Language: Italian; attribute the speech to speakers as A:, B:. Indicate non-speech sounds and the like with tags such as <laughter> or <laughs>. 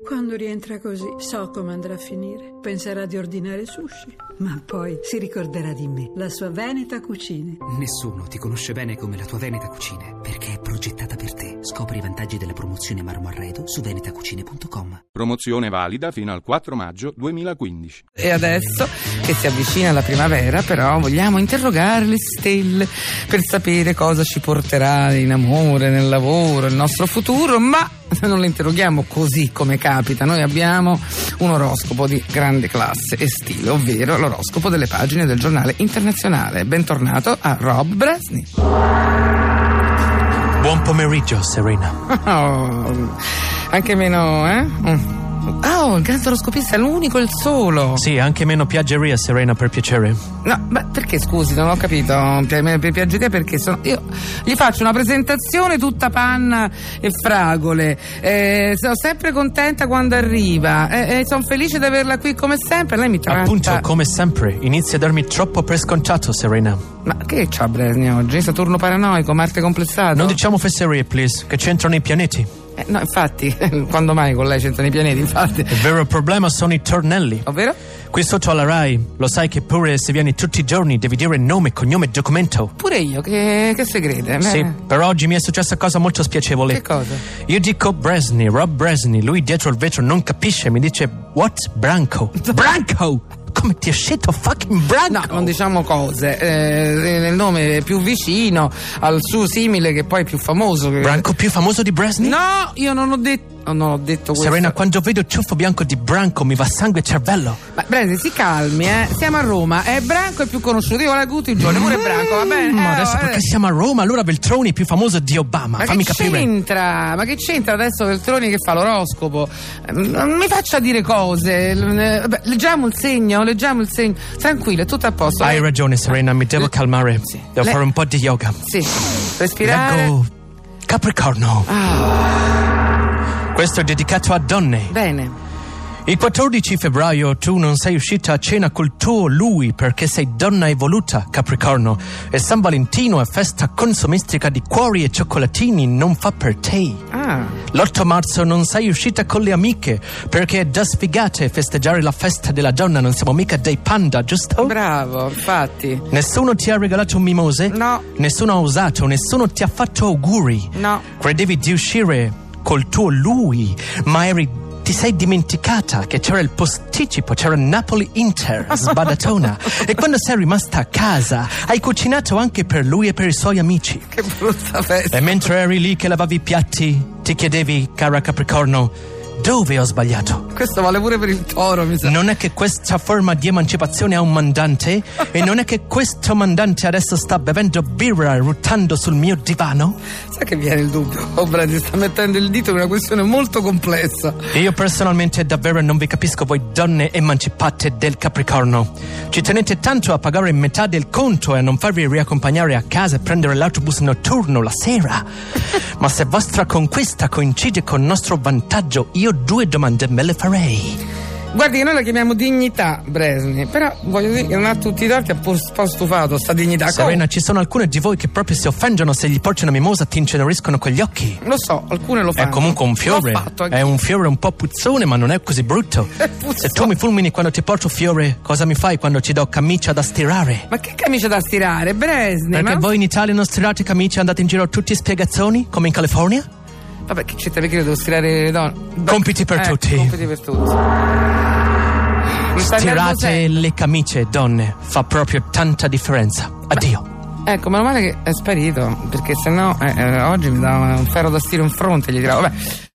A: Quando rientra così, so come andrà a finire. Penserà di ordinare sushi, ma poi si ricorderà di me, la sua Veneta Cucine.
B: Nessuno ti conosce bene come la tua Veneta Cucine, perché è progettata per te. Scopri i vantaggi della promozione Marmo Arredo su venetacucine.com.
C: Promozione valida fino al 4 maggio 2015.
D: E adesso che si avvicina la primavera, però vogliamo interrogare le stelle per sapere cosa ci porterà in amore, nel lavoro, il nostro futuro, ma non le interroghiamo così come capita. Noi abbiamo un oroscopo di grande classe e stile, ovvero l'oroscopo delle pagine del giornale internazionale. Bentornato a Rob Bresni.
E: Buon pomeriggio, Serena.
D: Oh, anche meno, eh? Mm. Oh, il gatto oroscopista è l'unico e il solo.
E: Sì, anche meno piaggeria, Serena, per piacere.
D: No, ma perché scusi, non ho capito. Pi- mi- mi piace te perché sono. Io gli faccio una presentazione tutta panna e fragole. Eh, sono sempre contenta quando arriva. Eh, eh, sono felice di averla qui come sempre. Lei mi tratta.
E: Appunto, come sempre, inizia a darmi troppo per scontato, Serena.
D: Ma che c'ha Bresni oggi? Saturno paranoico, Marte complessato.
E: Non diciamo fesserie, please, che c'entrano i pianeti.
D: Eh, no, infatti, <laughs> quando mai con lei c'entrano i pianeti, infatti.
E: Il vero problema sono i tornelli.
D: Ovvero?
E: Qui sotto alla RAI, lo sai che pure se vieni tutti i giorni devi dire nome, cognome e documento.
D: Pure io, che, che si crede?
E: Sì,
D: Eh,
E: per oggi mi è successa cosa molto spiacevole.
D: Che cosa?
E: Io dico Bresni, Rob Bresni, lui dietro il vetro non capisce, mi dice What?
D: <laughs>
E: Branco? Branco! Come ti è scelto fucking Branco?
D: No, non diciamo cose. Eh, nel nome più vicino al suo simile, che poi è più famoso. Che...
E: Branco più famoso di Bresni?
D: No, io non ho detto. oh, Non ho detto questo.
E: Serena, quando vedo il ciuffo bianco di Branco mi va sangue e cervello.
D: Ma Bresi, si calmi, eh. Siamo a Roma. È Branco è più conosciuto. Io la guto il giorno, pure è Branco, va bene.
E: Ma
D: Eh,
E: Mm, adesso
D: oh,
E: perché
D: eh.
E: siamo a Roma, allora Veltroni è più famoso di Obama.
D: Ma
E: Fammi
D: che
E: capire.
D: c'entra? Ma che c'entra adesso Veltroni che fa l'oroscopo? Eh, Non mi faccia dire cose. L- eh, vabbè, leggiamo il segno, leggiamo il segno. Tranquillo, è tutto a posto.
E: Hai
D: Eh,
E: ragione, Serena, mi devo calmare. Devo
D: Le-
E: fare un po' di yoga.
D: Sì, respirare.
E: Leggo Capricorno.
D: Ah.
E: Questo è dedicato a donne.
D: Bene.
E: Il 14 febbraio tu non sei uscita a cena col tuo lui perché sei donna evoluta, Capricorno. E San Valentino è festa consumistica di cuori e cioccolatini, non fa per te.
D: Ah.
E: L'8 marzo non sei uscita con le amiche perché è da sfigate festeggiare la festa della donna, non siamo mica dei panda, giusto?
D: Oh. Bravo, infatti.
E: Nessuno ti ha regalato mimose?
D: No.
E: Nessuno ha usato, nessuno ti ha fatto auguri?
D: No.
E: Credevi di uscire col tuo lui, ma eri... Ti sei dimenticata che c'era il posticipo, c'era Napoli-Inter,
D: <laughs>
E: sbadatona. e quando sei rimasta a casa, hai cucinato anche per lui e per i suoi amici.
D: Che brutta festa.
E: E mentre eri lì che lavavi i piatti, ti chiedevi, cara Capricorno, dove ho sbagliato?
D: Questo vale pure per il toro, mi sa.
E: Non è che questa forma di emancipazione ha un mandante? e non è che questo mandante adesso sta bevendo birra e ruttando sul mio divano?
D: Sai che viene il dubbio? <laughs> Oh, Brady, sta mettendo il dito in una questione molto complessa.
E: Io personalmente davvero non vi capisco voi donne emancipate del Capricorno. Ci tenete tanto a pagare metà del conto e a non farvi riaccompagnare a casa e prendere l'autobus notturno la
D: <laughs>
E: sera. Ma se vostra conquista coincide con il nostro vantaggio, io due domande me le farei.
D: Guardi, che noi la chiamiamo dignità, Bresni, però voglio dire che non ha tutti i torti, ha po- un po' stufato sta dignità.
E: Serena, ci sono alcune di voi che proprio si offendono se gli porci una mimosa ti inceneriscono con gli occhi.
D: Com- Lo so, alcune lo
E: È
D: fanno.
E: comunque un fiore.
D: Ah, L'ho fatto anche- <laughs>
E: È un fiore un po' puzzone, ma non è così brutto.
D: È puzzone.
E: Se tu mi fulmini quando ti porto fiore, cosa mi fai quando ti do camicia da stirare?
D: Ma che camicia da stirare, Bresni?
E: Perché
D: ma...
E: voi in Italia non stirate camicie e andate in giro tutti spiegazzoni, come in California?
D: Vabbè, che c'è perché io devo stirare le donne? Beh,
E: Compiti per
D: eh,
E: tutti.
D: Compiti per tutti. Mi sta andando
E: Stirate
D: sempre.
E: le camicie, donne. Fa proprio tanta differenza. Addio.
D: Ecco, meno male che è sparito, perché sennò eh, eh, oggi mi dava un ferro da stiro in fronte, gli tiravo. Vabbè.